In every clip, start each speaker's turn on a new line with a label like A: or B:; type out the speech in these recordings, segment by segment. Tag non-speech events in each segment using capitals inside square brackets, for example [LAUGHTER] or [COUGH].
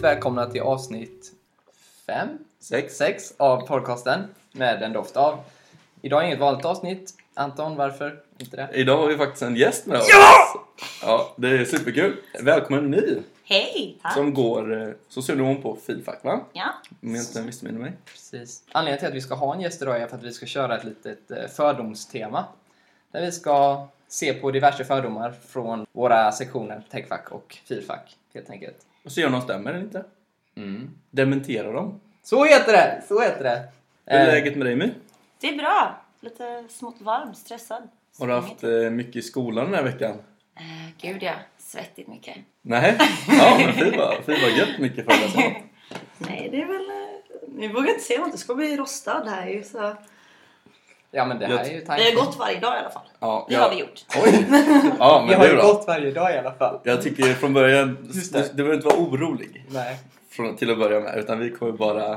A: välkomna till avsnitt fem,
B: Sex.
A: sex av podcasten med en doft av. Idag är inget vanligt avsnitt. Anton, varför inte det?
B: Idag har vi faktiskt en gäst med oss. Ja! Ja, det är superkul. Välkommen ny
C: Hej! Tack!
B: som går eh, socionom på Fifac, va?
C: Ja.
B: Om jag inte missminner mig.
A: Precis. Anledningen till att vi ska ha en gäst idag är för att vi ska köra ett litet eh, fördomstema. Där vi ska se på diverse fördomar från våra sektioner Techfack och Firfack, helt enkelt.
B: Och se om de stämmer eller inte.
A: Mm.
B: Dementera dem.
A: Så heter det! Så heter det!
B: Hur är
A: Eh,
B: läget med dig My?
C: Det är bra. Lite smått varm, stressad.
B: Har du haft eh, mycket i skolan den här veckan?
C: Eh, gud ja, svettigt mycket.
A: [LAUGHS]
B: Nej? Ja, men fy vad, fy vad gött mycket föreläsningar.
C: Nej, det är väl... eh, Ni vågar inte säga något. Det ska bli rostad här ju. Så.
A: ja, men det här
B: jag-
A: är ju
C: Vi
A: tanken.
C: har gått varje dag i alla fall.
B: Ja,
C: Det
B: jag-
C: har vi gjort.
B: Oj! Ja,
A: Vi
B: men
A: har
B: det är
A: ju
B: bra.
A: gått varje dag i alla fall.
B: Jag tycker från början,
A: Just
B: du,
A: det.
B: du behöver inte vara orolig.
A: Nej.
B: från, till att börja med utan vi kommer bara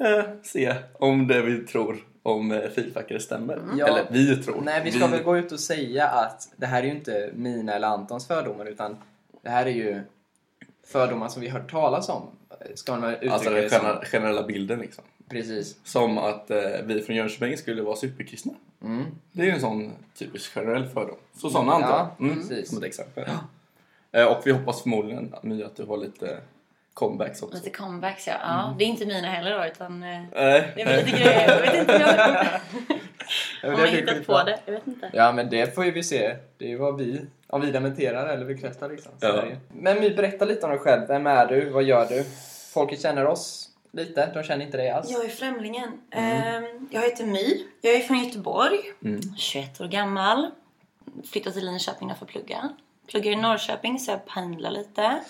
B: eh, se om det vi tror om eh, feedbackare stämmer.
A: Mm. Ja.
B: Eller vi tror.
A: Nej, vi ska väl gå ut och säga att det här är ju inte mina eller Antons fördomar utan det här är ju fördomar som vi hört talas om. Ska man uttrycka
B: Alltså den
A: det som.
B: gener- generella bilden liksom.
A: Precis.
B: Som att eh, vi från Jönköping skulle vara superkristna.
A: Mm.
B: Det är ju en sån typisk generell fördom. Så sådana antar
A: Ja,
B: jag. Mm,
A: precis.
B: Som ett exempel. [GASPS] Eh, och vi hoppas förmodligen My, att du har lite comebacks också.
A: Mm.
C: Lite comebacks ja. ja Det är inte mina heller då utan... eh,
B: Nej.
C: Mm. Det är väl lite grejer. Jag vet inte.
B: [LAUGHS]
A: Ja, men
C: Jag, om jag har
A: blir
C: hittat
A: skitbra.
C: på det. Jag vet inte.
A: Ja, men det får ju vi se. Det är ju vad vi, om vi dementerar eller bekräftar liksom. Så
B: Ja.
A: är det ju. Men My, berätta lite om dig själv. Vem är du? Vad gör du? Folket känner oss lite. De känner inte dig alls.
C: Jag är främlingen. Ehm, Jag heter My. Jag är från Göteborg.
B: Mm.
C: 21 år gammal. Flyttade till Linköping för att plugga. Pluggar i Norrköping så jag pendlar lite.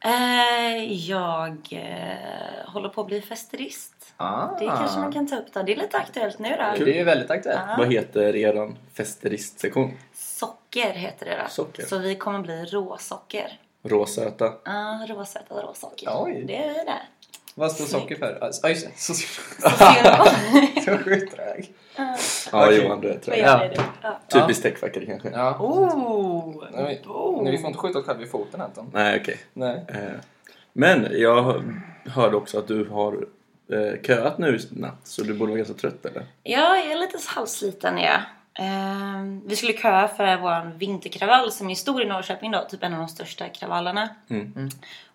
C: Eh, Jag eh, håller på att bli festerist.
A: Ah.
C: Det kanske man Ah. kan ta upp då. Det är lite aktuellt nu då.
A: Det är ju väldigt aktuellt.
C: Ja.
B: Vad heter eran festeristsektion?
C: Socker heter det då.
B: Socker.
C: Så vi kommer bli råsocker.
B: Råsöta.
C: Ah, råsötad råsocker.
A: Oj.
C: Det är
B: [LAUGHS]
C: vi det.
A: Vad står socker för? Ja, ah,
C: [LAUGHS]
A: just det. Så, så [LAUGHS] sjukt trög.
C: Ah,
B: Ja
A: Okej.
B: Johan, du är
C: Vad
B: trött.
C: gör det då? Ah.
B: Typiskt techfackare kanske.
A: Ja.
C: Oh!
A: Nej,
C: oh.
A: Nej, vi får inte skjuta oss själva i foten Anton.
B: Nej okej.
A: Nej.
B: Eh, Men jag hörde också att du har eh, köat nu i natt så du borde vara ganska trött eller?
C: Ja, jag är lite halvsliten är jag. Ehm, vi skulle köa för vår vinterkravall som är stor i Norrköping då, typ en av de största kravallerna.
B: Mm.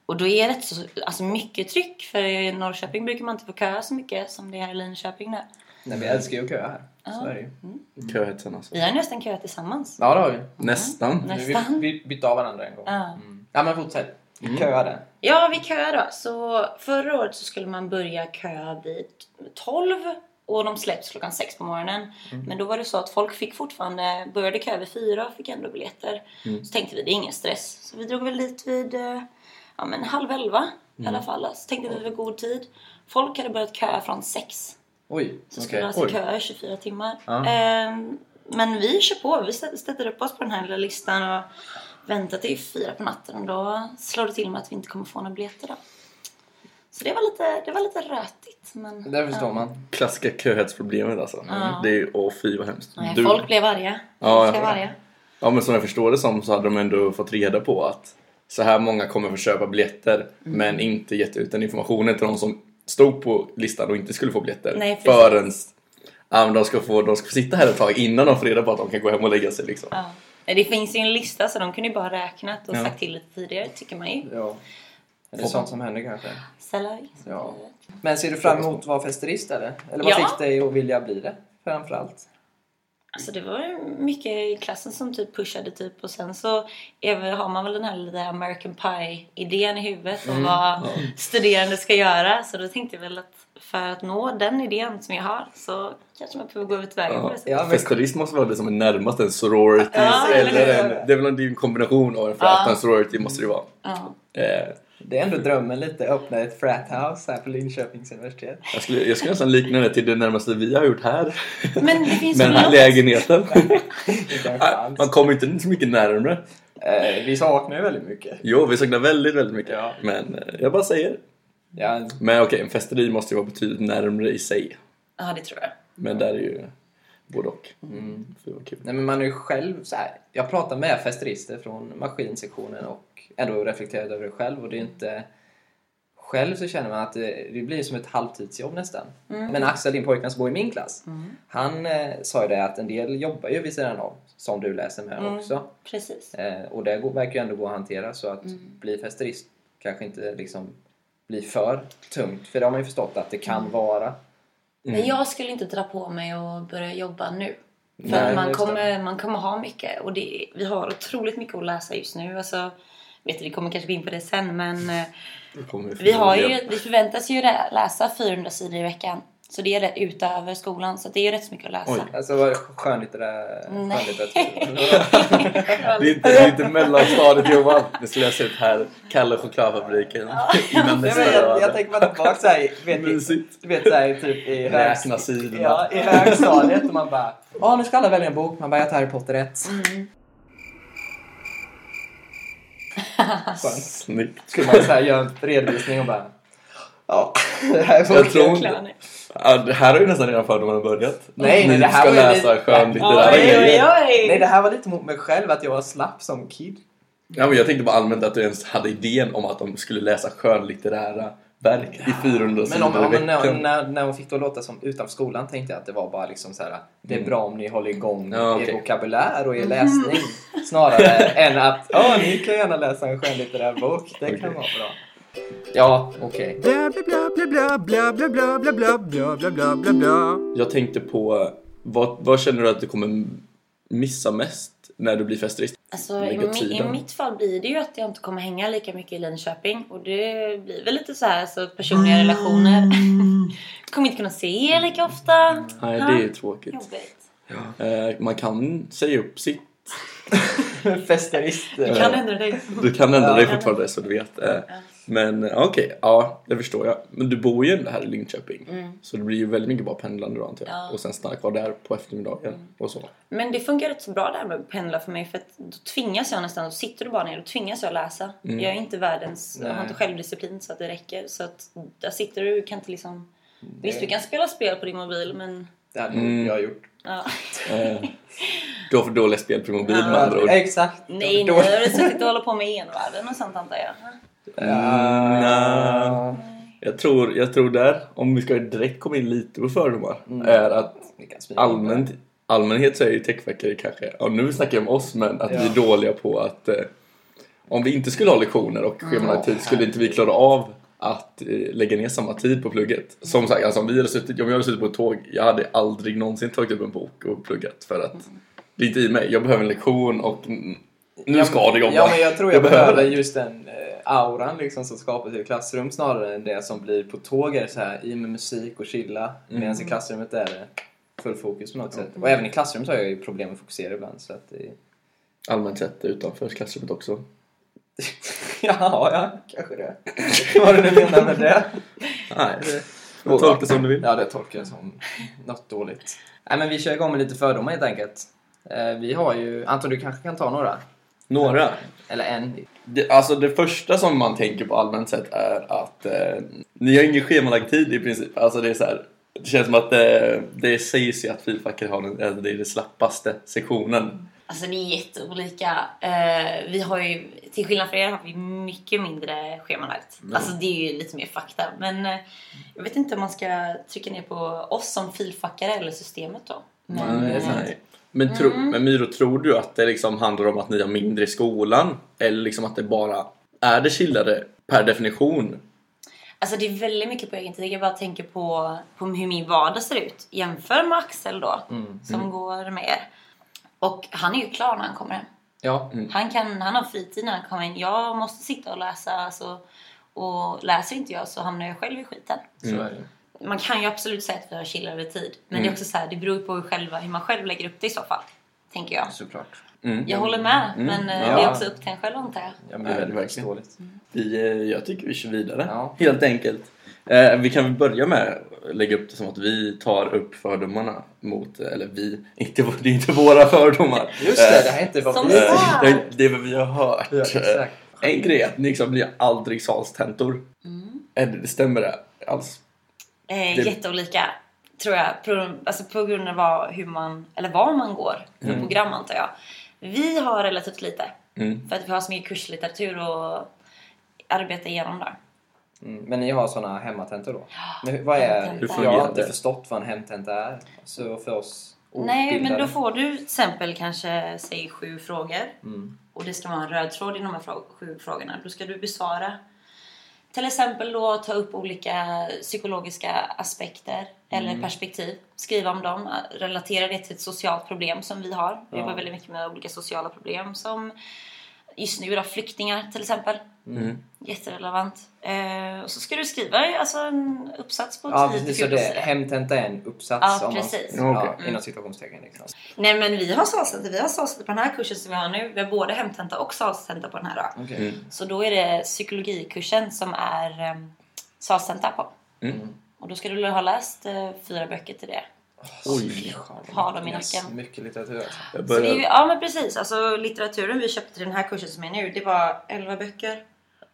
C: Och då är det rätt så alltså, mycket tryck för i Norrköping brukar man inte få köa så mycket som det är här i Linköping där.
A: Nej, vi älskar ju att köa här. Så
C: Ja.
A: är det ju.
C: Mm.
B: Köhetsen alltså.
C: Vi har nästan köat tillsammans.
A: Ja, det har vi.
B: Nästan.
C: Nej.
A: Vi,
C: Nästan.
A: vi bytte av varandra en gång. Mm.
C: Ja.
A: Ja, men fortsätt. Vi köade.
C: Ja, vi köar då. Så förra året så skulle man börja köa vid 12 och de släpps klockan 6 på morgonen. Men då var det så att folk fick fortfarande, började köa vid 4 och fick ändå biljetter. Så tänkte vi, det är ingen stress. Så vi drog väl dit vid eh, ja, men halv 11 i alla fall. Så tänkte vi, det var god tid. Folk hade börjat köa från 6.
A: Oj.
C: Så
A: okej.
C: skulle man alltså
B: Oj.
C: köa i 24 timmar.
A: Ja.
C: Ehm, men vi kör på. Vi sätter sätter upp oss på den här lilla listan och väntar till fyra på natten. Och då slår det till med att vi inte kommer få några biljetter då. Så det var lite, det var lite rötigt. Men,
A: Det förstår
C: ja.
A: man.
B: Klassiska köhetsproblemet alltså.
C: Ja.
B: Det är ju, åh fy vad hemskt.
C: Nej,
B: Du-
C: Folk blev arga.
B: Ja,
C: Folk
B: jag
C: blev
B: hör.
C: arga.
B: Ja men som jag förstår det som så hade de ändå fått reda på att så här många kommer få köpa biljetter
C: Mm.
B: men inte gett ut den informationen till de som stod på listan och inte skulle få biljetter.
C: Nej, precis.
B: förrän ja, men de, ska få, de ska få sitta här ett tag innan de får reda på att de kan gå hem och lägga sig liksom.
C: Ja. Nej, Det finns ju en lista så de kunde ju bara ha räknat och
B: Ja.
C: sagt till lite tidigare tycker man ju.
A: Ja. Är det
B: Får-
A: sånt som händer kanske?
C: Sällan.
A: Ja. Men ser du fram emot att vara festerist eller? Eller vad
C: Ja.
A: fick dig att vilja bli det? Framförallt.
C: Alltså det var ju mycket i klassen som typ pushade typ och sen så är väl, har man väl den här lilla American Pie-idén i huvudet om
A: Mm.
C: vad studerande ska göra. Så då tänkte jag väl att för att nå den idén som jag har så kanske man behöver gå ut vägen på det sättet.
A: Ja, men-
B: Festivalist måste vara det som är närmast en sorority.
C: Ja,
B: eller
C: eller
A: hur?
B: en, det är väl en, det är ju en kombination av en frat
C: Ja.
B: och en sorority måste det ju vara.
C: Ja.
B: Eh,
A: Det är ändå drömmen lite. Öppna ett frat house här på Linköpings universitet.
B: jag, skulle, jag skulle nästan likna det till det närmaste vi har gjort här.
C: Men det finns
B: Med
C: ju
B: den här
C: något-
B: lägenheten.
C: [LAUGHS]
B: Ah,
A: Det [LAUGHS] kanske alls.
B: Man kommer inte så mycket närmre.
A: Eh, Vi saknar ju väldigt mycket.
B: Jo, vi saknar väldigt, väldigt mycket.
A: Ja.
B: Men eh, jag bara säger.
A: Ja,
B: Men okej, en festeri måste ju vara betydligt närmre i sig.
C: Ja, det tror jag.
B: Men där är ju både och. Mm, Fy vad kul.
A: Nej, men man är ju själv så här. Jag pratar med festerister från maskinsektionen och ändå reflekterat över det själv och det är inte Själv så känner man att det, det blir som ett halvtidsjobb nästan.
C: Mm.
A: Men Axel, din pojkvän som bor i min klass, han eh, sa ju det att en del jobbar ju vid sidan av, som du läser med
C: Mm.
A: också.
C: Precis.
A: Eh, och det går, verkar ju ändå gå att hantera så att
C: Mm.
A: bli festerist kanske inte liksom blir för tungt. För det har man ju förstått att det kan vara.
B: Mm.
C: Men jag skulle inte dra på mig och börja jobba nu. För
A: Nej,
C: att man,
A: just det.
C: kommer, man kommer ha mycket och det, vi har otroligt mycket att läsa just nu. Alltså, vet du, vi kommer kanske gå in på det sen men eh,
B: Det kommer
C: vi, har
B: förmodligen.
C: ju, vi förväntas ju lä- läsa 400 sidor i veckan. Så det är rätt utöver skolan så det är ju rätt så mycket att läsa.
B: Oj.
A: Alltså vad skönlitterär...
C: Nej.
A: skönlitterär-
B: Det är inte, det är inte mellanstadiet Johan. Det skulle jag se ut här. Kalle chokladfabriken. Innan
A: Nej,
B: nästa
A: men jag, jag
B: över.
A: tänker bara tillbaka såhär, vet du,
B: Mysigt.
A: du vet såhär typ
B: [LAUGHS]
A: i högst-
B: Räkna sidorna.
A: Ja, i högstadiet och man bara Ja, nu ska alla välja en bok. Man bara, jag tar Harry Potter 1.
B: Mm.
A: Skönt.
B: Snyggt.
A: Skulle man såhär göra en redovisning och bara Ja, det här får
B: Jag tror
C: Jäklar, nej.
B: Ja, det här har ju nästan redan fördomarna börjat.
A: Nej, nej,
B: Ni
A: det här
B: ska
A: var ju
B: läsa
A: lite-
B: skönlitterära
C: Oj,
B: grejer.
C: oj, oj!
A: Nej, det här var lite mot mig själv att jag var slapp som kid.
B: Ja, men jag tänkte bara allmänt att du ens hade idén om att de skulle läsa skönlitterära verk i 400
A: Men om,
B: sidor i
A: om, när,
B: veckan.
A: när, när hon fick då låta som utanför skolan tänkte jag att det var bara liksom så här. Det är bra om ni håller igång
B: Mm. Ja,
A: er
B: okej.
A: vokabulär och er läsning.
B: [LAUGHS]
A: Snarare än att ja, ni kan gärna läsa en skönlitterär bok. Det kan
B: Okej.
A: vara bra. Ja, okej. [LAUGHS]
D: Blah blah blah blah blah blah blah blah blah blah blah blah blah.
B: Jag tänkte på, vad, vad känner du att du kommer missa mest när du blir festerist?
C: Alltså, i,
B: Lägga
C: mi- I
B: tiden.
C: mitt fall blir det ju att jag inte kommer hänga lika mycket i Linköping och det blir väl lite så här så personliga relationer. [LAUGHS] kommer inte kunna se er lika ofta.
B: Nej,
C: Ja,
B: det är ju tråkigt.
C: Jobbigt.
B: Eh, man kan säga upp sitt.
A: Festerist. eh,
C: Du kan ändra dig.
B: Du kan ändra
A: Ja.
B: dig fortfarande så du vet. Eh, men eh, okej, ja det förstår jag. Men du bor ju ändå här i Linköping. Så det blir ju väldigt mycket bara pendlande då antar jag.
C: Mm. Ja. Mm.
B: Och sen stanna kvar där på eftermiddagen och så.
C: Men det funkar rätt så bra det här med att pendla för mig för att då tvingas jag nästan, då sitter du bara ner och tvingas jag läsa. Jag är inte världens, jag har
A: Nej.
C: inte självdisciplin så att det räcker. Så att där sitter du och kan inte liksom... Visst du kan spela spel på din mobil men...
A: Det hade
B: Mm.
A: jag har gjort.
C: Ja.
B: Eh, du har för dåliga spel på mobil med andra ord.
A: Exakt.
C: Nej,
A: Då-
C: nej, jag har suttit och hållit på med envärlden och sånt antar jag.
B: Mm, nej.
A: Ja,
B: Jag tror, jag tror där, om vi ska direkt komma in lite på fördomar,
C: Mm.
B: är att
A: vi kan smyga in på det.
B: allmänt, allmänhet så är ju techfackare kanske, ja nu snackar jag om oss men att
A: Ja.
B: vi är dåliga på att eh, om vi inte skulle ha lektioner och
A: Mm.
B: schemalagd tid skulle inte vi klara av att eh, lägga ner samma tid på plugget. Som sagt, alltså, om, vi hade suttit, om jag hade suttit på ett tåg, jag hade aldrig någonsin tagit upp en bok och pluggat för att
A: Mm.
B: det är inte i mig. Jag behöver en lektion och mm, nu ska du jobba.
A: Ja, men jag tror jag, behöver
B: det.
A: just den eh, auran liksom som skapas i ett klassrum snarare än det som blir på tåg är det så här i med musik och chilla medan i klassrummet är det full fokus på något sätt. Och även i klassrummet har jag ju problem att fokusera ibland så att det... [LAUGHS]
B: Allmänt sett utanför klassrummet också.
A: Ja, ja, kanske det. [LAUGHS] Vad du nu menar med det.
B: Nej, tolka som du vill.
A: Ja, det tolkar jag som något dåligt. Nej, men vi kör igång med lite fördomar helt enkelt. Eh, Vi har ju... Anton, du kanske kan ta några?
B: Några.
A: Eller en?
B: Det, alltså det första som man tänker på allmänt sett är att eh, ni har ingen schemalagd tid i princip. Alltså det är så här, det känns som att eh, det sägs ju att fyrfacket har den, alltså det är den slappaste sektionen.
C: Alltså det är jätteolika. Eh, vi har ju, till skillnad från er har vi mycket mindre schemalagt. Alltså det är ju lite mer fakta. Men eh, jag vet inte om man ska trycka ner på oss som filfackare eller systemet då. Men,
A: det är sant.
B: Nej. Men, tro, men Myro, tror du att det liksom handlar om att ni har mindre i skolan? Eller liksom att det bara är det chillare per definition?
C: Alltså det är väldigt mycket på egen tid. Jag bara tänker på, på hur min vardag ser ut. Jämför med Axel då, som går med er. Och han är ju klar när han kommer hem.
A: Ja.
C: Han, kan, han har fritid när han kommer in. Jag måste sitta och läsa. Alltså, och läser inte jag så hamnar jag själv i skiten.
A: Så är det.
C: Man kan ju absolut säga att vi har chillare tid. Men det är också så här, det beror ju på hur, själva, hur man själv lägger upp det i så fall. Tänker jag.
A: Såklart.
C: Jag håller med. Men eh,
A: Ja.
C: det är också upp till en själv antar jag.
A: Ja,
B: Ja,
A: men det är
B: verkligen.
A: förståeligt.
B: Vi, eh, jag tycker vi kör vidare,
A: Ja.
B: helt enkelt. Eh, vi kan väl börja med att lägga upp det som att vi tar upp fördomarna mot, eh, eller vi, [LAUGHS] inte, vå- det är inte våra fördomar.
A: Just det, det här är inte vad
C: Som
A: vi...
B: Eh,
C: sagt.
B: det, är- det är vad vi har hört.
A: Ja, exakt.
B: Eh, en grej är att ni liksom blir aldrig salstentor. Mm. Det stämmer det alls?
C: Eh,
B: Det-
C: Jätteolika. Tror jag. Pro, alltså på grund av vad- hur man, eller var man går. För program antar jag. Vi har relativt lite.
B: Mm.
C: För att vi har så mycket kurslitteratur och arbeta igenom där.
A: Mm. Men ni har såna hemmatentor
C: [GASPS]
A: då? Men hur- vad är,
C: Hemtenta. Hur
A: jag
B: fungerar
A: har inte
B: det?
A: förstått vad en hemtenta är. Så för oss
C: Nej, men då
A: outbildade.
C: får du till exempel kanske, säg sju frågor.
A: Mm.
C: Och det ska vara en röd tråd i de här frå- sju frågorna. Då ska du besvara till exempel då ta upp olika psykologiska aspekter eller
A: Mm.
C: perspektiv. Skriva om dem, relatera det till ett socialt problem som vi har.
A: Ja.
C: Vi jobbar väldigt mycket med olika sociala problem som just nu då flyktingar till exempel.
B: Mm.
C: Jätterelevant. Eh, och så ska du skriva alltså, en uppsats på
A: Ja,
C: 10-14
A: precis. Så det,
C: sidor.
A: hemtenta är en uppsats?
C: Ja,
A: om
C: precis.
A: Man, ja,
B: Okej.
A: Inom situationstecken. Liksom.
C: Nej men vi har salsenter. Vi har salsenter på den här kursen som vi har nu. Vi har både hemtenta och salsenter på den här. Då.
A: Okej.
B: Mm.
C: Så då är det psykologikursen som är um, salsenta på.
B: Mm.
C: Och då ska du ha läst eh, fyra böcker till det.
B: Oj.
C: Ha dem i
A: Yes,
C: nacken.
A: Mycket litteratur alltså.
B: Jag
C: Så det är, ju-
B: börjar...
C: ja men precis. Alltså litteraturen vi köpte till den här kursen som är nu. Det var 11 böcker.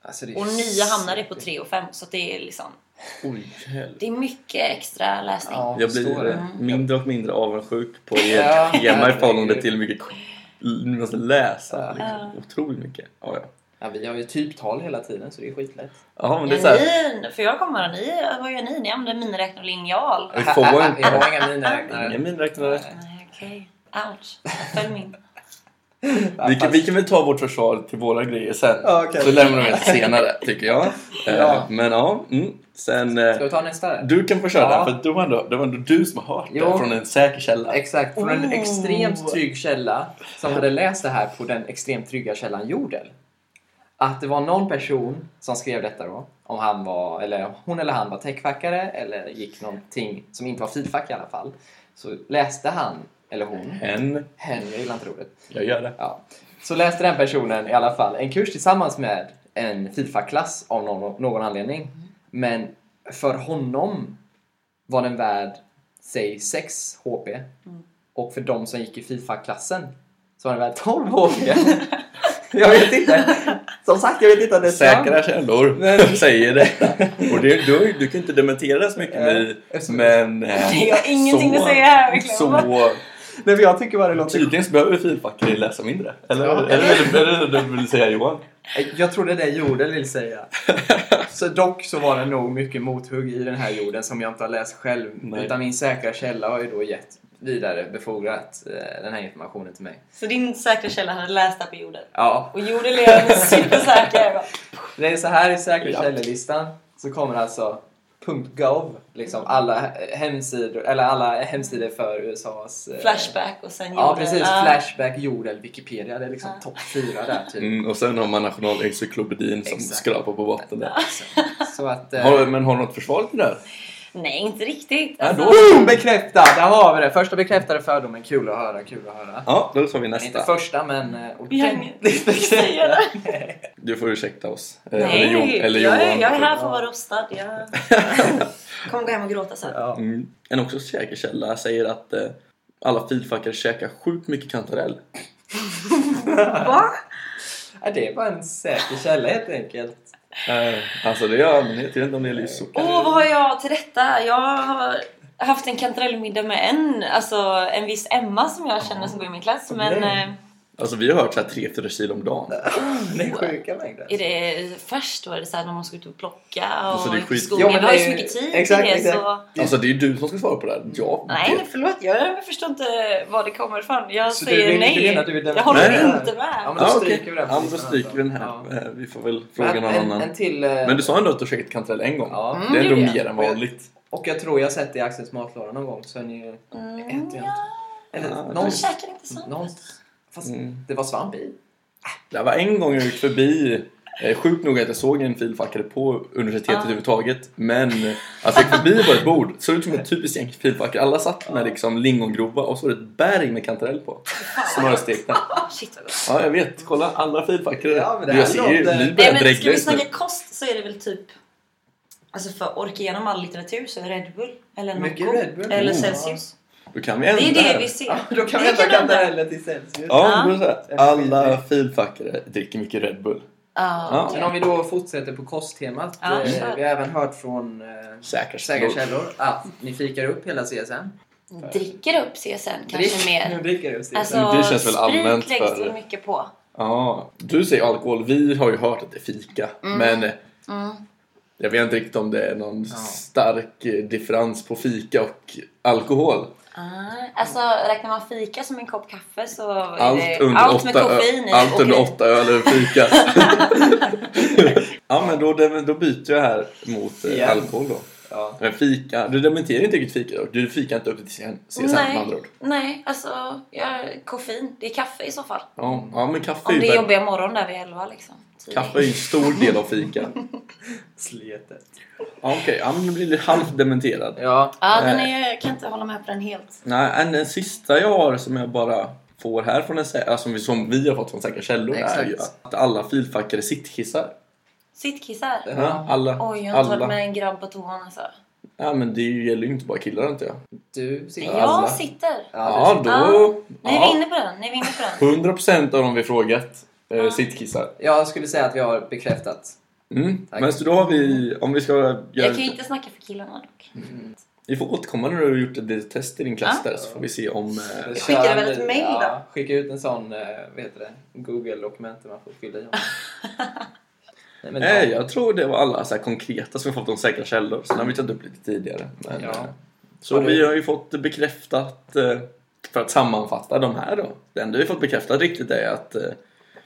A: alltså det är
C: Och
A: ju
C: nio hamnade på
A: sinnessjukt.
C: tre och fem. Så det är liksom.
B: Oj, helvete.
C: Det är mycket extra läsning.
A: Ja,
B: Jag
A: förstår
B: blir
A: det.
B: eh, mindre och mindre avundsjuk på
A: Ja,
B: er schema i
A: herregud.
B: förhållande till hur mycket k- ni måste läsa.
C: Ja.
B: Liksom. Otroligt mycket. Ja, ja.
A: Ja, vi har ju typ tal hela tiden så det är skitlätt.
B: Jaha, men det är
C: ja,
B: såhär.
C: ni, för jag kommer ni, vad gör ni? Ni använder miniräknare och linjal.
B: Vi får vara
A: Jag
B: en...
A: har inga miniräknare.
B: Ingen miniräknare.
C: Nej, Okej. Ouch. Följ min.
B: Vi kan, vi kan väl ta vårt försvar till våra grejer sen.
A: Ja, okej.
B: Så lämnar vi det senare, tycker jag. Eh,
A: Ja.
B: Men ja, mm. sen... eh,
A: Ska vi ta nästa? där?
B: Du kan få köra
A: Ja.
B: den, för det var, ändå, det var ändå du som har hört
A: Jo.
B: det från en säker källa.
A: Exakt, från en
B: Oh.
A: extremt trygg källa som hade läst det här på den extremt trygga källan Jordel. Att det var någon person som skrev detta då, om han var, eller hon eller han var techfackare eller gick någonting som inte var feedfack i alla fall. Så läste han, eller hon,
B: En,
A: hen, jag gillar inte ordet,
B: jag gör det.
A: Ja. Så läste den personen i alla fall en kurs tillsammans med en Fifa-klass av någon, någon anledning. Men för honom var den värd, säg 6 HP. Och för de som gick i Fifa-klassen så var den värd 12 HP. jag vet inte. Som sagt, jag vet inte om det är sant.
B: Säkra källor
A: Men-
B: säger detta. Och det, du, du kan inte dementera det så mycket,
A: Eh,
B: My,
A: eftersom-
B: men... eh,
C: Det har ingenting
B: så-
C: att säga här, verkligen.
B: Så...
A: Nej, men jag tycker bara det låter...
B: Tydligen så behöver feedbackare läsa mindre. Eller
A: Ja.
B: eller eller- eller det du vill säga Johan?
A: Eh, Jag trodde det jorden vill
B: [LAUGHS]
A: säga. Så dock så var det nog mycket mothugg i den här jorden som jag inte har läst själv.
B: Nej.
A: Utan min säkra källa har ju då gett vidare befordrat eh, den här informationen till mig.
C: Så din säkra källa hade läst det här på jorden?
A: Ja,
C: Och jorden är supersäker.
A: det är så här i säkra
B: Ja.
A: källorlistan så kommer alltså .gov, liksom alla hemsidor, eller alla hemsidor för USAs... eh,
C: Flashback och sen jorden.
A: Ja, precis.
C: Ah.
A: Flashback, Jordel, Wikipedia. Det är liksom topp fyra där typ.
B: Mm, och sen har man nationalencyklopedin som
A: Exakt.
B: skrapar på botten där.
A: Så att... eh,
B: Har, men har du något försvar till det här?
C: Nej, inte riktigt. Alltså,
A: [LAUGHS] Boom! Bekräftad! Där har vi det! Första bekräftade fördomen. Kul att höra, kul att höra.
B: Ja, då tar vi
A: Inte
B: nästa.
A: första, men eh,
C: Vi har
A: ordentligt [LAUGHS]
C: inget att säga
A: bekräftad.
C: där.
B: Du får ursäkta oss. Eh,
C: Nej,
B: eller, Jo- eller
C: jag, är,
B: Johan.
C: jag är här för att vara rostad. Jag kommer gå hem och gråta sen.
A: Ja.
B: Mm. En också säker källa säger att eh, alla feedbackare käkar sjukt mycket kantarell.
C: Va?
A: Ja, det är bara en säker källa helt enkelt.
B: Eh, alltså det gör allmänhet, jag vet inte om det är lysor.
C: Åh, vad har jag till detta? Jag har haft en kantarellmiddag med en, alltså en viss Emma som jag känner som går i min klass. Men
A: Nej.
C: eh,
B: Alltså vi har hört såhär 3-4 kilo om dagen.
A: Det är sjuka mängder.
C: Mm. är det färskt då? Är det så här när man ska ut och plocka? Och
B: Alltså, det är skit-
C: skogen?
A: Ja, men
C: vi har ju
A: det
C: så
A: är-
C: mycket tid till
A: exakt,
C: det.
A: exakt.
C: Så...
B: Alltså det är ju du som ska svara på det här. Jag
C: Nej,
B: vet.
C: förlåt. Jag förstår inte var det kommer ifrån. Jag
A: Så du
C: säger
A: vill- du
C: nej.
A: menar att du vill
C: jag håller
B: dementera?
C: inte med.
A: Ja, men då
B: Ja,
A: stryker
B: Ah, okej.
A: vi den.
B: Ja, men då stryker vi den här.
C: alltså.
A: Ja.
B: Eh, Vi får väl fråga någon
A: en,
B: annan.
A: En till... eh,
B: Men du sa ändå att du käkat kantarell en gång.
A: Ja.
B: det är ändå
C: Mm, det
B: mer än vanligt.
A: Och jag tror jag har sett det i Axels matlåda någon gång, så är ni ju...
C: Mm,
A: Äter jag
C: ja,
A: Eller
B: Ja,
A: någon...
C: de käkar inte svamp.
A: någon fast
B: Mm.
A: det var svamp i.
B: Det var en gång jag gick förbi. eh, Sjukt nog att jag såg en filfackare på universitetet
C: Ja.
B: överhuvudtaget. Men eh, alltså jag gick förbi på ett bord. Såg ut som ett typiskt gäng filfackare. Alla satt med liksom lingongrova och så var det ett berg med kantarell på. Smörstekta.
C: Ah, Shit vad gott.
B: Ja, jag vet. Kolla, alla filfackare.
A: Ja, men det här
B: jag ser ju,
A: låter-
B: ni
C: Nej,
B: börjar
C: men ska
B: dregla
C: vi
B: just nu.
C: snacka kost så är det väl typ... Alltså för att orka igenom all litteratur så är Red Bull eller
A: Mycket
C: Nocco
A: Red Bull. Oh,
C: eller
B: Mm.
C: Celsius.
B: Då kan vi ändra.
C: Det är det
B: här.
C: vi ser.
A: Då kan
C: Det
A: vi ändra
C: kan ändra.
A: kantarellen till Celsius.
B: Ja,
C: Ja.
B: då så här. Alla filfackare dricker mycket Red Bull.
C: Ja.
A: Men om vi då fortsätter på kosttemat.
C: Ja,
A: eh,
C: kör.
A: vi har även hört från eh,
B: Säkert.
A: säkra källor att ni fikar upp hela CSN.
C: typ. Dricker upp CSN kanske
A: Drick-
C: mer.
A: dricker du, Stefan.
C: Alltså,
B: Men det känns väl allmänt
C: sprit läggs
B: för-
C: det mycket på.
B: Ja, du säger alkohol. Vi har ju hört att det är fika. Men eh,
C: Mm.
B: Jag vet inte riktigt om det är någon stark eh, differens på fika och alkohol.
C: Ah, alltså räknar man fika som en kopp kaffe så är
B: Allt
C: det,
B: under
C: eh, allt med
B: åtta, ö-
C: koffein i.
B: allt under
C: okej.
B: åtta öl är fika. ja men då, då byter jag här mot eh,
A: Igen.
B: alkohol då.
A: Ja.
B: Men fika, du dementerar inte riktigt fika då? Du fikar inte upp till CSN med andra
C: Nej,
B: ord?
C: nej, alltså jag, koffein. Det är kaffe i så fall.
B: Ja, ja men kaffe
C: Om
B: är
C: det
B: ju
C: är
B: väl-
C: jobbiga morgon där vid elva liksom. Tidigt.
B: Kaffe är ju en stor del av fika.
C: [LAUGHS]
A: Sletet.
B: Ja, Okej, ja, men nu blir det halvt dementerad.
A: Ja.
C: Ja, den är, jag kan inte hålla med på den helt.
B: Nej, en, en sista jag har som jag bara får här från en sä- alltså, som vi- som vi har fått från säkra källor är
A: Exakt.
B: ju att alla filfackare sittkissar.
C: Sittkissar.
B: Ja, alla.
C: Oj, jag har inte
B: alla.
C: varit med en grabb på toan alltså.
B: Ja, men det gäller ju inte bara killar inte jag.
A: Du sitter...
C: Jag
B: alla.
C: sitter.
A: Ja,
B: Ja, då...
C: Ja. Ni
B: Ja,
C: vinner på den, ni vinner
B: [LAUGHS]
C: på den.
B: 100% av dem vi frågat eh, sittkissar.
A: du, jag skulle säga att vi har bekräftat.
B: Mm.
A: Tack.
B: Men så då har vi, om vi ska göra...
C: Jag kan ju inte snacka för killarna dock.
B: Mm. Vi får återkomma när du har gjort ett litet test i din klass där så får vi se om... eh,
C: skickar
A: Kör
C: väl
A: en
C: ett
A: ny-
C: mail
A: ja, Skicka ut en sån, eh, vad heter det, Google-dokument där man får fylla
C: [LAUGHS]
A: i. om. Nej, men
B: Nej, Eh, jag tror det var alla så här konkreta som vi fått från säkra källor. Sen har vi tagit upp lite tidigare. Men,
A: Ja.
B: eh, Så
A: Har du-
B: vi har ju fått bekräftat, eh, för att sammanfatta de här då. Det enda vi fått bekräftat riktigt är att eh,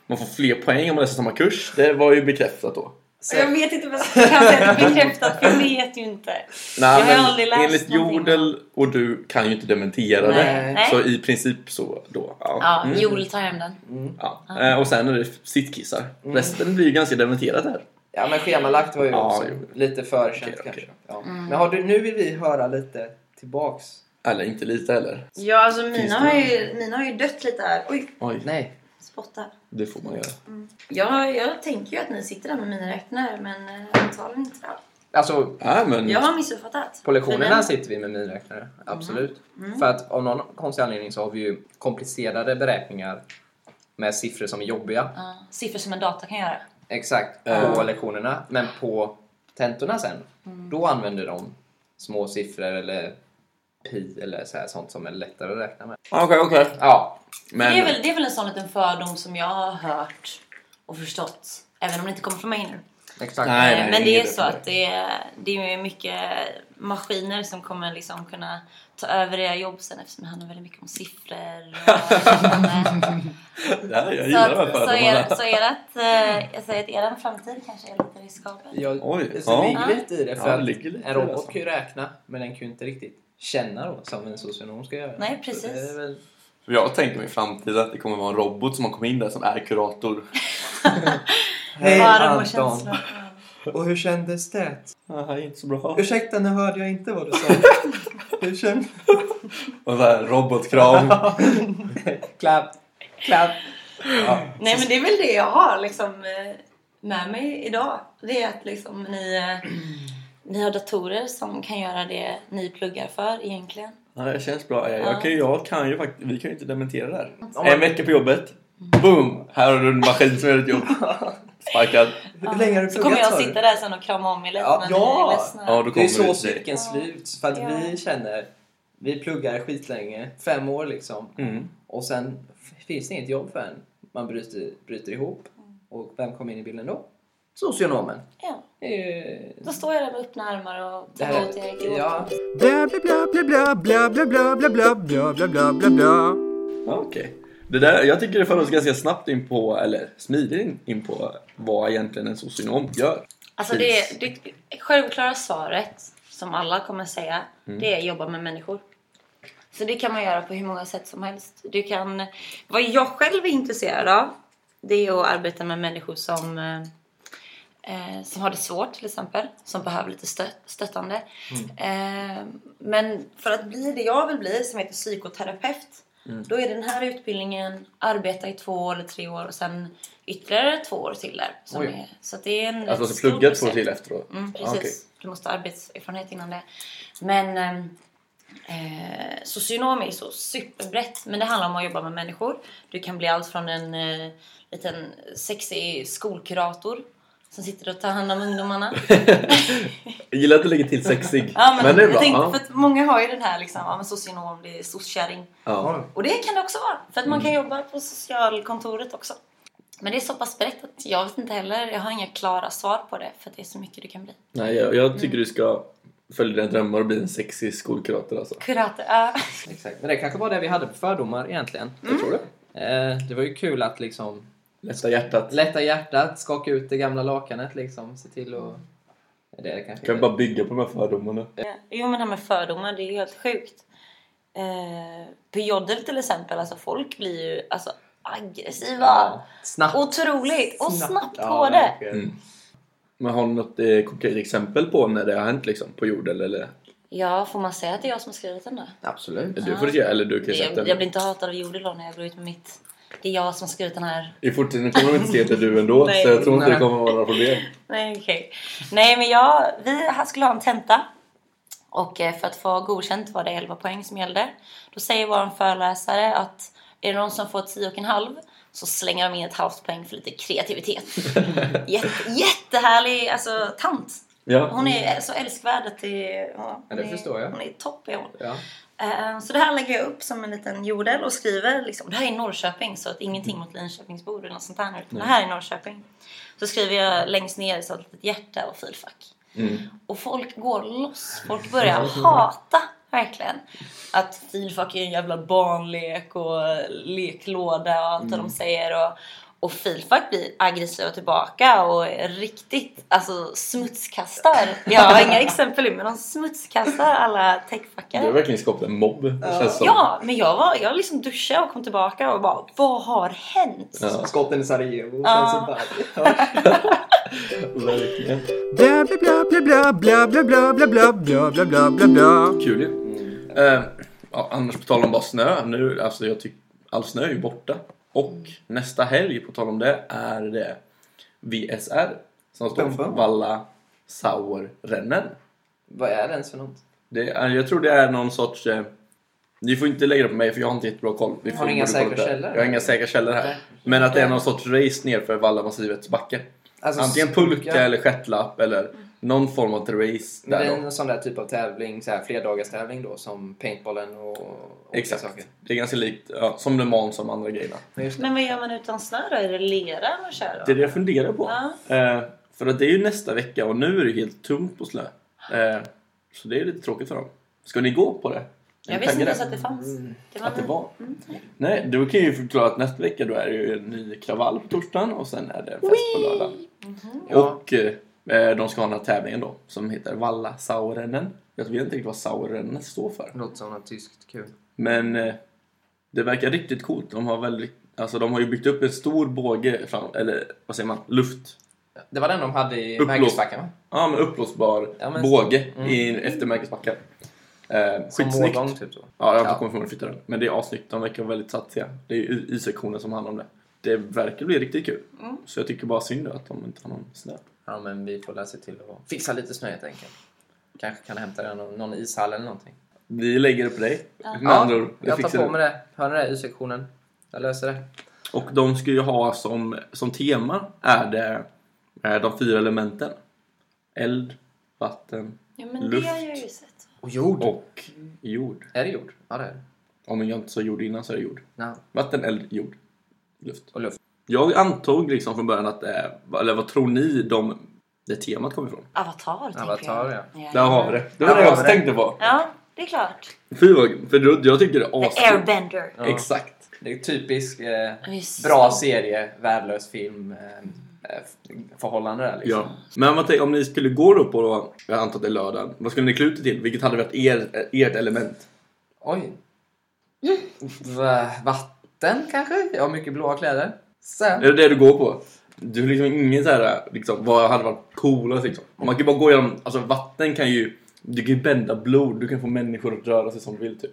B: man får fler poäng om man läser samma kurs. Det var ju bekräftat då.
A: Så-
C: Jag vet inte vad jag ska säga till bekräftat, för jag vet ju inte.
B: Nej,
C: Jag har aldrig läst
B: enligt
C: någonting.
B: Jodel och du kan ju inte dementera
C: Nej.
B: det.
C: Nej.
B: Så i princip så då. Ja.
C: Ja,
B: Mm.
C: Joel tar hem den.
B: Ja. Eh, Och sen är det sittkissar. Resten blir ju ganska dementerat här.
A: Ja men schemalagt var ju
B: Ja,
A: också
B: jo.
A: lite förkänt
B: Okej,
A: kanske.
B: okej.
A: Ja.
C: Mm.
A: Men har du, nu vill vi höra lite tillbaks.
B: Eller inte lite heller.
C: Ja, alltså
B: Finns
C: mina
B: det-
C: har, ju, mina har ju dött lite här. Oj,
B: Oj,
A: Nej.
C: spotta.
B: det får man göra.
C: Ja, jag tänker ju att ni sitter där med mina räknare, men eh, antagligen inte det.
A: Alltså
B: Ja, men...
C: Jag har missuppfattat.
A: på lektionerna
C: Men- eh,
A: sitter vi med miniräknare.
C: Mhm.
A: Absolut.
C: Mm.
A: För att av någon konstig anledning så har vi ju komplicerade beräkningar med siffror som är jobbiga.
C: Ja, siffror som en data kan göra.
A: Exakt. På
B: Ja.
A: lektionerna. Men på tentorna sen.
C: Mm.
A: Då använder de små siffror eller pi eller så här, sånt som är lättare att räkna med.
B: Okej, okej.
A: Ja.
B: Men...
C: Det, är väl, det är väl en sån liten fördom som jag har hört och förstått. Även om det inte kommer från mig nu.
A: Exakt.
B: Nej,
C: Eh,
B: nej,
C: Men det
B: ingen
C: är
B: idé
C: så
B: för dig.
C: att det är, det är ju mycket maskiner som kommer liksom kunna ta över era jobb sen eftersom det handlar väldigt mycket om siffror. Och
B: Ja, jag
C: så
B: gillar de här
C: att, så, er,
B: fördomarna.
C: så ert, eh, jag säger att er framtid kanske är lite riskabel.
A: Jag,
B: Oj,
A: det
B: ja.
A: ligger lite i det.
B: Ja,
A: För
B: det
A: att
B: ligger lite i
A: en
B: det,
A: robot
B: alltså.
A: kan ju räkna, men den kan ju inte riktigt känna då, som en socionom ska göra.
C: Nej,
A: Så det
C: precis.
A: är väl-
B: Jag tänker mig i framtiden att det kommer vara en robot som har kommit in där som är kurator.
A: Hej
C: Varm
A: Anton!
C: och känslor.
A: Och hur kändes det?
B: Nej, inte så bra.
A: Ursäkta, nu hörde jag inte vad du [LAUGHS] sa. Hur kändes
B: [LAUGHS] Och så här, robotkram. [LAUGHS]
A: Klapp, klapp.
C: Nej men det är väl det jag har liksom, eh, med mig idag. Det är att liksom, ni, eh, ni har datorer som kan göra det ni pluggar för egentligen.
B: Ja, det känns bra. Jag,
C: Ja.
B: jag, kan, ju- jag kan ju faktiskt... Vi kan ju inte dementera det här.
A: man-
B: En vecka på jobbet.
C: Mm.
B: Boom! Här har du en maskin som gör
C: [LAUGHS]
B: ditt jobb. Sparkad.
A: Hur länge har du
C: Så kommer
A: pluggat
C: jag
A: sa du?
C: sitta där sen och krama om er lite
A: Ja.
C: när ni
A: Ja.
C: är ledsna.
B: Ja, då
A: Det är
B: kommer
A: så
B: till dig.
A: cirkeln sluts. För att
C: Ja.
A: vi känner, vi pluggar skitlänge, fem år liksom.
B: Mm.
A: Och sen f- finns det inget jobb för en. Man bryter, bryter ihop.
C: Mm.
A: Och vem kommer in i bilden då? Socionomen.
C: Ja.
A: Eh,
C: Då står jag där med öppna armar och
A: Det
C: tar
A: här-
C: emot er i gråt.
A: ja.
D: Bla bla bla bla bla bla bla bla bla bla bla bla bla bla.
B: Ja, Okej. Det där, jag tycker det för oss ganska snabbt in på, eller smidigt in- in på, vad egentligen en socionom gör.
C: Alltså det, det självklara svaret som alla kommer säga, det är jobba med människor. Så det kan man göra på hur många sätt som helst. Du kan, vad jag själv är intresserad av, det är att arbeta med människor som, eh, eh, som har det svårt till exempel, som behöver lite stött, stöttande.
B: Mm.
C: Eh, men för att bli det jag vill bli, som heter psykoterapeut,
B: Mm.
C: då är den här utbildningen arbeta i två eller tre år och sen ytterligare två år till där. Som
A: Oj.
C: är, så att det är en
B: Att man
C: rätt
B: ska
C: stor
B: Alltså, plugga två
C: process.
B: till efteråt.
C: Mm,
B: Ja,
C: precis.
B: okej.
C: Du måste ha arbetserfarenhet innan det. Men ehm, eh, socionom är så superbrett. Men det handlar om att jobba med människor. Du kan bli allt från en eh, liten sexig skolkurator som sitter och tar hand om
B: [LAUGHS]
C: ungdomarna.
B: Jag gillar att du lägger till sexig.
C: [LAUGHS] Ja, men,
B: det är bra.
C: jag tänkte,
B: ja.
C: för att många har ju den här liksom, ja, men socionom, det är soskärring.
B: Ja. Mm.
C: Och det kan det också vara. För att man kan jobba på socialkontoret också. Men det är så pass brett att jag vet inte heller. Jag har inga klara svar på det för att det är så mycket det kan bli.
B: Nej, jag, jag tycker du ska följa dina drömmar och bli en sexig skolkurator alltså.
C: Kurator, ja.
A: Exakt. Men det kanske var det vi hade på fördomar egentligen.
C: Mm.
B: Jag tror det.
A: Eh, det var ju kul att liksom
B: Lätta hjärtat.
A: lätta hjärtat, skaka ut det gamla lakanet liksom. Se till att... Det är kanske
B: Kan vi bara bygga på de här fördomarna?
C: Jo men det här med fördomar, det är ju helt sjukt. Eh, på Jodel till exempel, alltså folk blir ju alltså, aggressiva.
A: Ja, Snabbt.
C: Otroligt! Och snabbt
A: Ja,
C: går det.
A: verkligen.
B: Mm. Men har du något eh, konkret exempel på när det har hänt liksom, på jorden? Eller?
C: Ja, får man säga att det är jag som har skrivit den då?
A: Absolut.
B: Du får det göra, eller du kan ju sätta
C: Jag,
B: den.
C: jag blir inte hatad av Jodel då när jag går ut med mitt. Det är jag som har skrivit den här.
B: I fortsättningen kommer de inte se att det är du
C: [LAUGHS]
B: ändå,
C: Nej.
B: så jag tror inte det
A: Nej.
B: kommer vara några problem.
C: Nej, okej. Nej, men jag, vi skulle ha en tenta. Och eh, för att få godkänt var det 11 poäng som gällde. Då säger vår föreläsare att är det någon som får 10,5 så slänger de in ett halvt poäng för lite kreativitet.
A: [LAUGHS]
C: Jätte, jättehärlig alltså, tant.
B: Ja.
C: Hon är så älskvärd att det, ja,
A: Ja, det
C: hon är-
A: förstår jag.
C: Hon är topp är hon.
A: Ja.
C: Eh, Så det här lägger jag upp som en liten jordel och skriver liksom, det här är Norrköping så att ingenting mot Linköpingsbor eller något sånt där utan det här är Norrköping. Så skriver jag längst ner så att ett litet hjärta och filfack.
B: Mm.
C: Och folk går loss, folk börjar hata verkligen att filfack är en jävla barnlek och leklåda och allt vad de säger och och filfack blir aggressiva tillbaka och är riktigt alltså smutskastar. Jag har inga exempel nu men de smutskastar alla
B: Du
C: techfackare.
B: har verkligen skapat en mobb, det känns som.
C: Ja, men jag, var, jag liksom duschade och kom tillbaka och bara Vad har hänt?
B: Ja,
A: Skotten i Sarajevo.
C: Ja.
A: Sen så bara...
B: [LAUGHS] verkligen.
D: Bla bla bla bla bla bla bla bla bla bla bla bla bla bla bla.
B: Kul ju. Eh, ja, annars på tal om bara snö. Nu, alltså jag tyck, all snö är ju borta. Och nästa helg, på tal om det, är det VSR. Som står för
A: Bum, bum.
B: Valla Sauerrennen.
A: Vad är det ens för något?
B: Det är, jag tror det är någon sorts... Eh, ni får inte lägga det på mig för jag har inte jättebra koll. Vi
A: Har
B: får
A: ni inga
B: borde
A: säkra
B: kolla där.
A: källor?
B: Jag har inga säkra källor här.
A: Nej.
B: Men att det är någon sorts race nerför Vallamassivets backe.
A: Alltså,
B: Antingen pulka eller shetlapp eller någon form av race.
A: Men
B: Där
A: det är
B: då.
A: en sån där typ av tävling, så här, flerdagarstävling då, som paintballen och olika
B: Exakt.
A: saker.
B: Det är ganska likt, ja, som Le Mans som andra grejerna.
C: Men vad gör man utan snö då? Är det lera man kör då?
B: Det är det jag funderar på.
C: Ja.
B: Eh, för att det är ju nästa vecka och nu är det ju helt tomt på snö. Eh, så det är lite tråkigt för dem. Ska ni gå på det? Är
C: Jag
B: ni
C: visste inte
B: taggade?
C: ens att det fanns. Det var
B: Att det
C: ny.
B: var?
A: Mm.
B: Nej, du kan ju förklara att nästa vecka då är det ju en ny kravall på torsdagen och sen är det en fest på lördagen.
A: Mhm.
B: Och eh, de ska ha den här tävlingen då som heter Valla Sauerrennen. Jag vet inte riktigt vad Sauerrennen står för.
A: Låter som något tyskt kul.
B: Men eh, det verkar riktigt coolt. De har, väldigt, alltså, de har ju byggt upp en stor båge, fram, eller vad säger man, luft
A: Det var den de hade i
B: Uppblåst.
A: Magnusbacken va?
B: Ja, men uppblåsbar
A: Ja, men- mm.
B: båge i, efter Märkesbacken. Eh,
A: Som
B: skitsnyggt.
A: målgång, typ så.
B: Ja, jag har
A: Ja.
B: inte kommit från att flytta den. Men det är assnyggt. De verkar väldigt satsiga. Det är ju Y-sektionen som handlar om det. Det verkar bli riktigt kul.
A: Mm.
B: Så jag tycker bara synd då att de inte har någon snö.
A: Ja men vi får läsa till att fixa lite snö helt enkelt. Kanske kan hämta den någon, någon ishall eller någonting.
B: Vi lägger det på dig. Med andra ord, det
A: jag tar
B: fixar
A: på
B: du.
A: mig det. Hör ni det? Y-sektionen. Jag löser det.
B: Och de ska ju ha som, som tema är det är de fyra elementen. Eld, vatten
C: Ja, men
B: Luft.
C: det har jag ju sett.
A: Och jord!
B: och jord.
A: Är det jord? Ja det är det.
B: Om jag inte sa jord innan så är det jord.
A: Ja.
B: Vatten, eld, jord, luft.
A: Och luft.
B: Jag antog liksom från början att, eh, eller vad tror ni de, det temat kommer ifrån?
C: Avatar, tänker
A: Avatar,
C: jag.
A: ja.
B: Där har vi det. Det
A: Där
B: var det
A: har
B: jag
A: vi
B: också
A: det.
B: tänkte på.
C: Ja, det är klart.
B: Fy vad, för då, jag tycker det är
C: The
B: ascoolt.
C: Airbender.
A: Ja.
B: Exakt.
A: Det är typisk eh,
C: Visst.
A: bra serie, värdelös film eh, eh, förhållande där liksom.
B: Ja. Men vad tänk, om ni skulle gå då på, jag antar att det är lördagen, vad skulle ni klä ut er till? Vilket hade varit er, ert element?
A: Oj. Va- Vatten kanske? Jag har mycket blåa kläder. Sen.
B: Är det det du går på? Du har liksom ingen så här, liksom, vad hade varit coolast liksom? Man kan ju bara gå igenom, alltså vatten kan ju, du kan ju bända blod, du kan få människor att röra sig som du vill typ.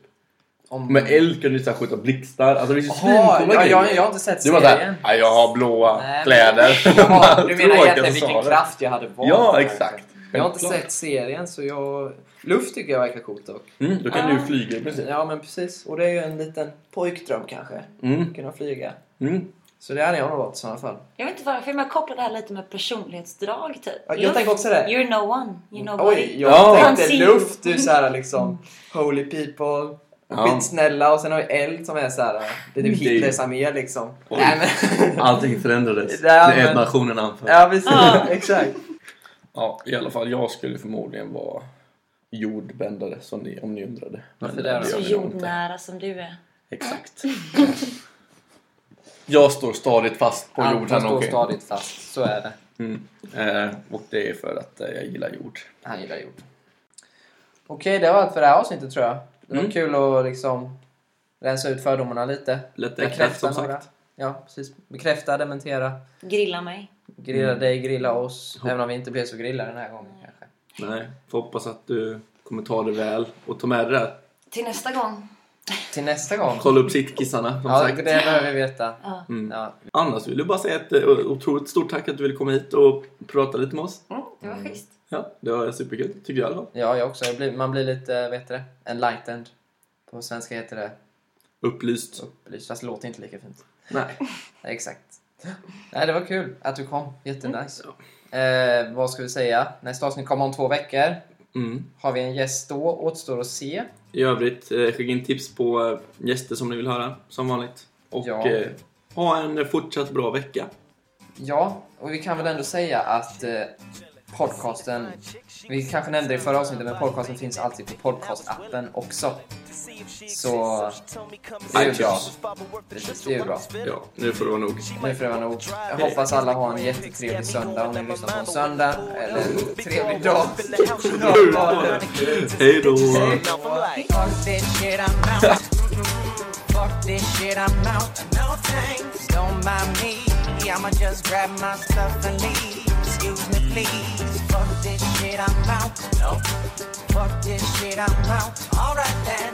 A: Om...
B: Med eld kan du så här, skjuta blixtar, alltså det finns ju
A: Jaha,
B: svincoola
A: ja,
B: grejer.
A: jag, jag har inte sett
B: Du
A: serien.
B: var såhär, "Ja, jag har blåa
A: Nej, men- [LAUGHS]
B: kläder. [LAUGHS]
A: Jaha, du menar
B: Tråkigt
A: egentligen
B: att
A: vilken
B: svara.
A: kraft jag hade valt?
B: Ja,
A: här.
B: exakt.
A: Jag har inte
B: Självklart.
A: sett serien så jag... Luft tycker jag verkar coolt dock.
B: Mm, då kan du
A: Ah.
B: ju flyga i princip.
A: Ja men precis. Och det är ju en liten pojkdröm kanske.
B: Mm,
A: Kunna flyga.
B: mm.
A: Så det hade jag nog valt i sådana fall.
C: Jag vet inte varför, men jag kopplar det här lite med personlighetsdrag typ.
A: Ja, jag
C: Luft.
A: tänker också det.
C: You're no one, you nobody.
A: Oj, jag
B: Ja.
A: tänkte
C: Fanzine.
A: luft. Du är såhär liksom... Holy people.
B: Ja.
A: Skitsnälla och sen har vi Eld som är typ så här lite
B: Det-
A: Hitlers armé liksom.
B: Oj.
A: Nej, men,
B: [LAUGHS] Allting förändrades.
A: [LAUGHS] Ja, men-
B: Det är nationen anföll.
A: ja precis,
C: Ja.
A: exakt.
B: Ja, i alla fall. Jag skulle förmodligen vara jordbändare som ni, om ni undrade.
A: Varför det då?
B: gör
C: Så
A: jag
B: vi nog inte.
C: jordnära som du är.
B: Exakt.
A: [LAUGHS]
B: jag står stadigt fast på
A: Allt
B: jorden.
A: står
B: okej.
A: stadigt fast, så är det.
B: Mm. Eh, och det är för att eh, jag gillar jord.
A: Han gillar jord. Okej, det var allt för det här avsnittet tror jag. Det var
B: Mm.
A: kul att liksom rensa ut fördomarna lite.
B: Lätt äckligt
A: Bekräfta
B: som
A: några.
B: sagt.
A: Ja, precis. Bekräfta, dementera.
C: Grilla mig.
A: Grilla
B: Mm.
A: dig, grilla oss. Även om vi inte blev så grillade den här gången kanske.
B: Nej, får hoppas att du kommer ta det väl och ta med dig det där.
C: Till nästa gång.
A: Till nästa gång.
B: Kolla upp sittkissarna som
A: Ja,
B: sagt.
A: det behöver vi veta.
C: Ja.
B: Mm.
A: Ja,
B: Annars vill jag bara säga ett eh, otroligt stort tack att du ville komma hit och prata lite med oss.
C: Mm, det var schysst.
B: Ja, det var superkul tycker jag i alla fall.
A: ja jag också. Jag blir, man blir lite, eh, vad heter det? Enlightened. På svenska heter det
B: Upplyst.
A: upplyst. Fast det låter inte lika fint.
B: Nej.
A: Nej, Exakt. Nej, det var kul att du kom. Jättenice. Eh, vad ska vi säga? Nästa avsnitt kommer om två veckor.
B: Mm.
A: Har vi en gäst då? Återstår att se.
B: I övrigt, eh, skicka in tips på eh, gäster som ni vill höra, som vanligt. Och
A: Ja.
B: eh, ha en fortsatt bra vecka.
A: Ja, och vi kan väl ändå säga att eh, podcasten, vi kanske nämnde det i förra avsnittet, men podcasten finns alltid på podcastappen också. Så det är ju bra. Precis, det är ju bra.
B: Ja, nu får det vara nog.
A: Nu får det vara nog. Jag hoppas alla har en jättetrevlig söndag om ni lyssnar på en söndag. Eller en trevlig dag.
B: Hej då!
E: Fuck this shit, I'm out. Fuck this shit, I'm out. No thanks. Don't mind me. I'ma just grab my stuff and leave. Excuse me, please. Fuck this shit, I'm out. No. Fuck this shit, I'm out. Alright then.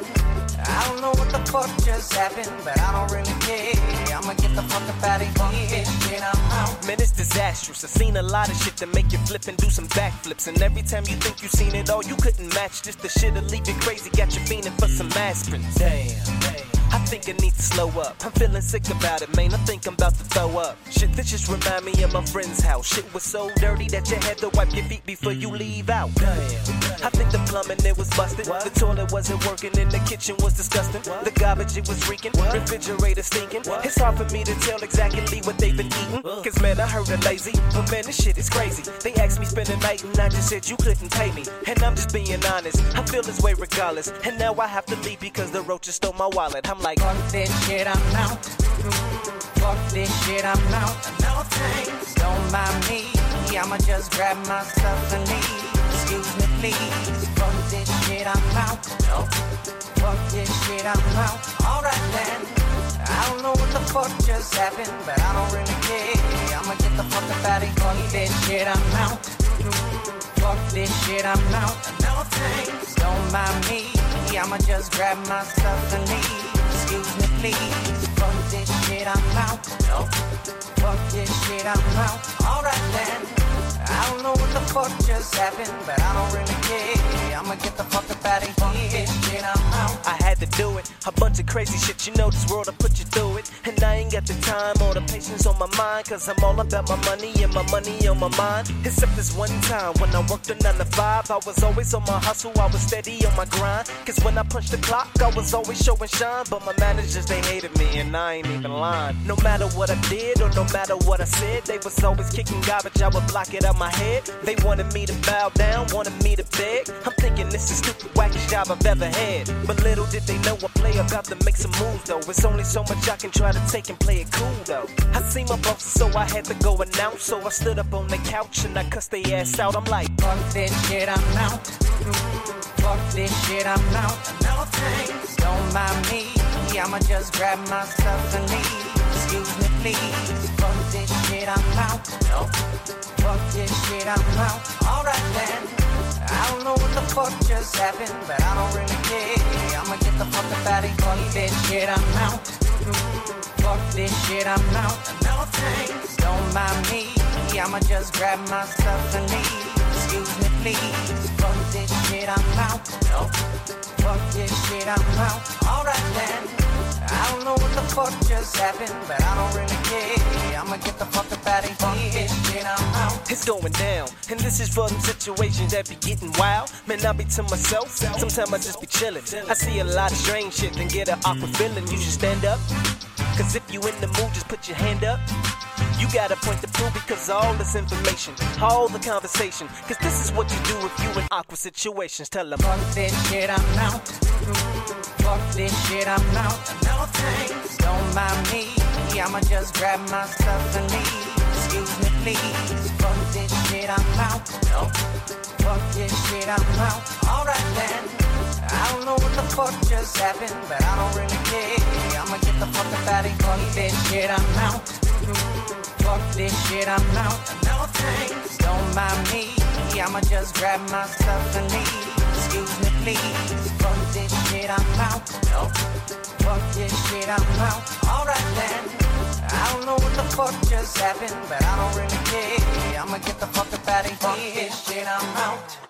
E: I don't know what the fuck just happened, but I don't really care. I'ma get the fuck up out of here. Fuck this shit, I'm out.
F: Man, it's disastrous. I've seen a lot of shit that make you flip and do some backflips. And every time you think you seen it all, you couldn't match this. The shit'll leave you crazy. Got you fiending for some aspirin. Damn. I think I need to slow up. I'm feeling sick about it, man. I think I'm about to throw up. Shit, this just remind me of my friend's house. Shit was so dirty that you had to wipe your feet before you leave out. I think the plumbing it was busted. The toilet wasn't working and the kitchen was disgusting. The garbage it was reeking, refrigerator stinking. It's hard for me to tell exactly what they've been eating. Cause man, I heard they're lazy. But man, this shit is crazy. They asked me spend the night and I just said you couldn't pay me. And I'm just being honest. I feel this way regardless. And now I have to leave because the roaches stole my wallet. I'm like,
E: Fuck this shit, I'm out. Fuck this shit, I'm out. No thanks. Don't mind me. I'ma just grab my stuff and leave. Excuse me, please. Fuck this shit, I'm out. No. Fuck this shit, I'm out. Alright then. I don't know what the fuck just happened, but I don't really care. I'ma get the fuck up out of here. Fuck this shit, I'm out. Fuck this shit, I'm out. No thanks. Don't mind me. I'ma just grab my stuff and leave. Excuse me, please. Fuck this shit, I'm out. No. Fuck this shit, I'm out. Alright then. I don't know what the fuck just happened, but I don't really care. I'ma get the fuck up out of here. Fuck this shit, I'm out.
F: I had to do it. A bunch of crazy shit, you know this world I put you through it. And I ain't got the time or the patience on my mind, cause I'm all about my money and my money on my mind. Except this one time when I worked a 9 to 5, I was always on my hustle, I was steady on my grind. Cause when I punched the clock, I was always showing shine. But my managers, they hated me, and I ain't even lying. No matter what I did or no matter what I said, they was always kicking garbage, I would block it out my head. They wanted me to bow down, wanted me to beg. I'm thinking this is stupid, wackest job I've ever had. But little did they know I play about to make some moves though. It's only so much I can try to take and play it cool though. I seen my boss, so I had to go announce. So I stood up on the couch and I cussed their ass out. I'm like,
E: Fuck this shit, I'm out. Fuck this shit, I'm out. No thanks. Don't mind me. I'ma just grab my stuff and leave. Excuse me, please. Fuck this shit, I'm out. No. Fuck this shit, I'm out. Alright then. I don't know what the fuck just happened, but I don't really care. I'ma get the fuck up out of here. Fuck this shit, I'm out. Fuck this shit, I'm out. No thanks. Don't mind me. I'ma just grab my stuff and leave. Excuse me, please. Fuck this shit, I'm out. No. Fuck this shit, I'm out. Alright then. I don't know what the fuck. fuck just happened, but I don't really care. I'ma get the fuck up out of here. This shit, I'm out.
F: It's going down, and this is for them situations that be getting wild. Man, I be to myself. Sometimes I just be chilling. I see a lot of strange shit and get an awkward feeling. You should stand up, cause if you in the mood, just put your hand up. You got a point to prove because all this information, all the conversation, cause this is what you do if you in awkward situations. Tell them.
E: Fuck this shit, I'm out. Fuck this shit, I'm out. No thanks, don't mind me. I'ma just grab my stuff and leave. Excuse me, please. Fuck this shit, I'm out. No. Fuck this shit, I'm out. Alright then. I don't know what the fuck just happened, but I don't really care. I'ma get the fuck up out of here. Fuck this shit, I'm out. Fuck this shit, I'm out. No thanks, don't mind me. I'ma just grab my stuff and leave. Excuse me, please. Fuck this shit, I'm out. No. Fuck this shit, I'm out. Alright then. I don't know what the fuck just happened, but I don't really care. I'ma get the fuck up out of here. Fuck this shit, I'm out.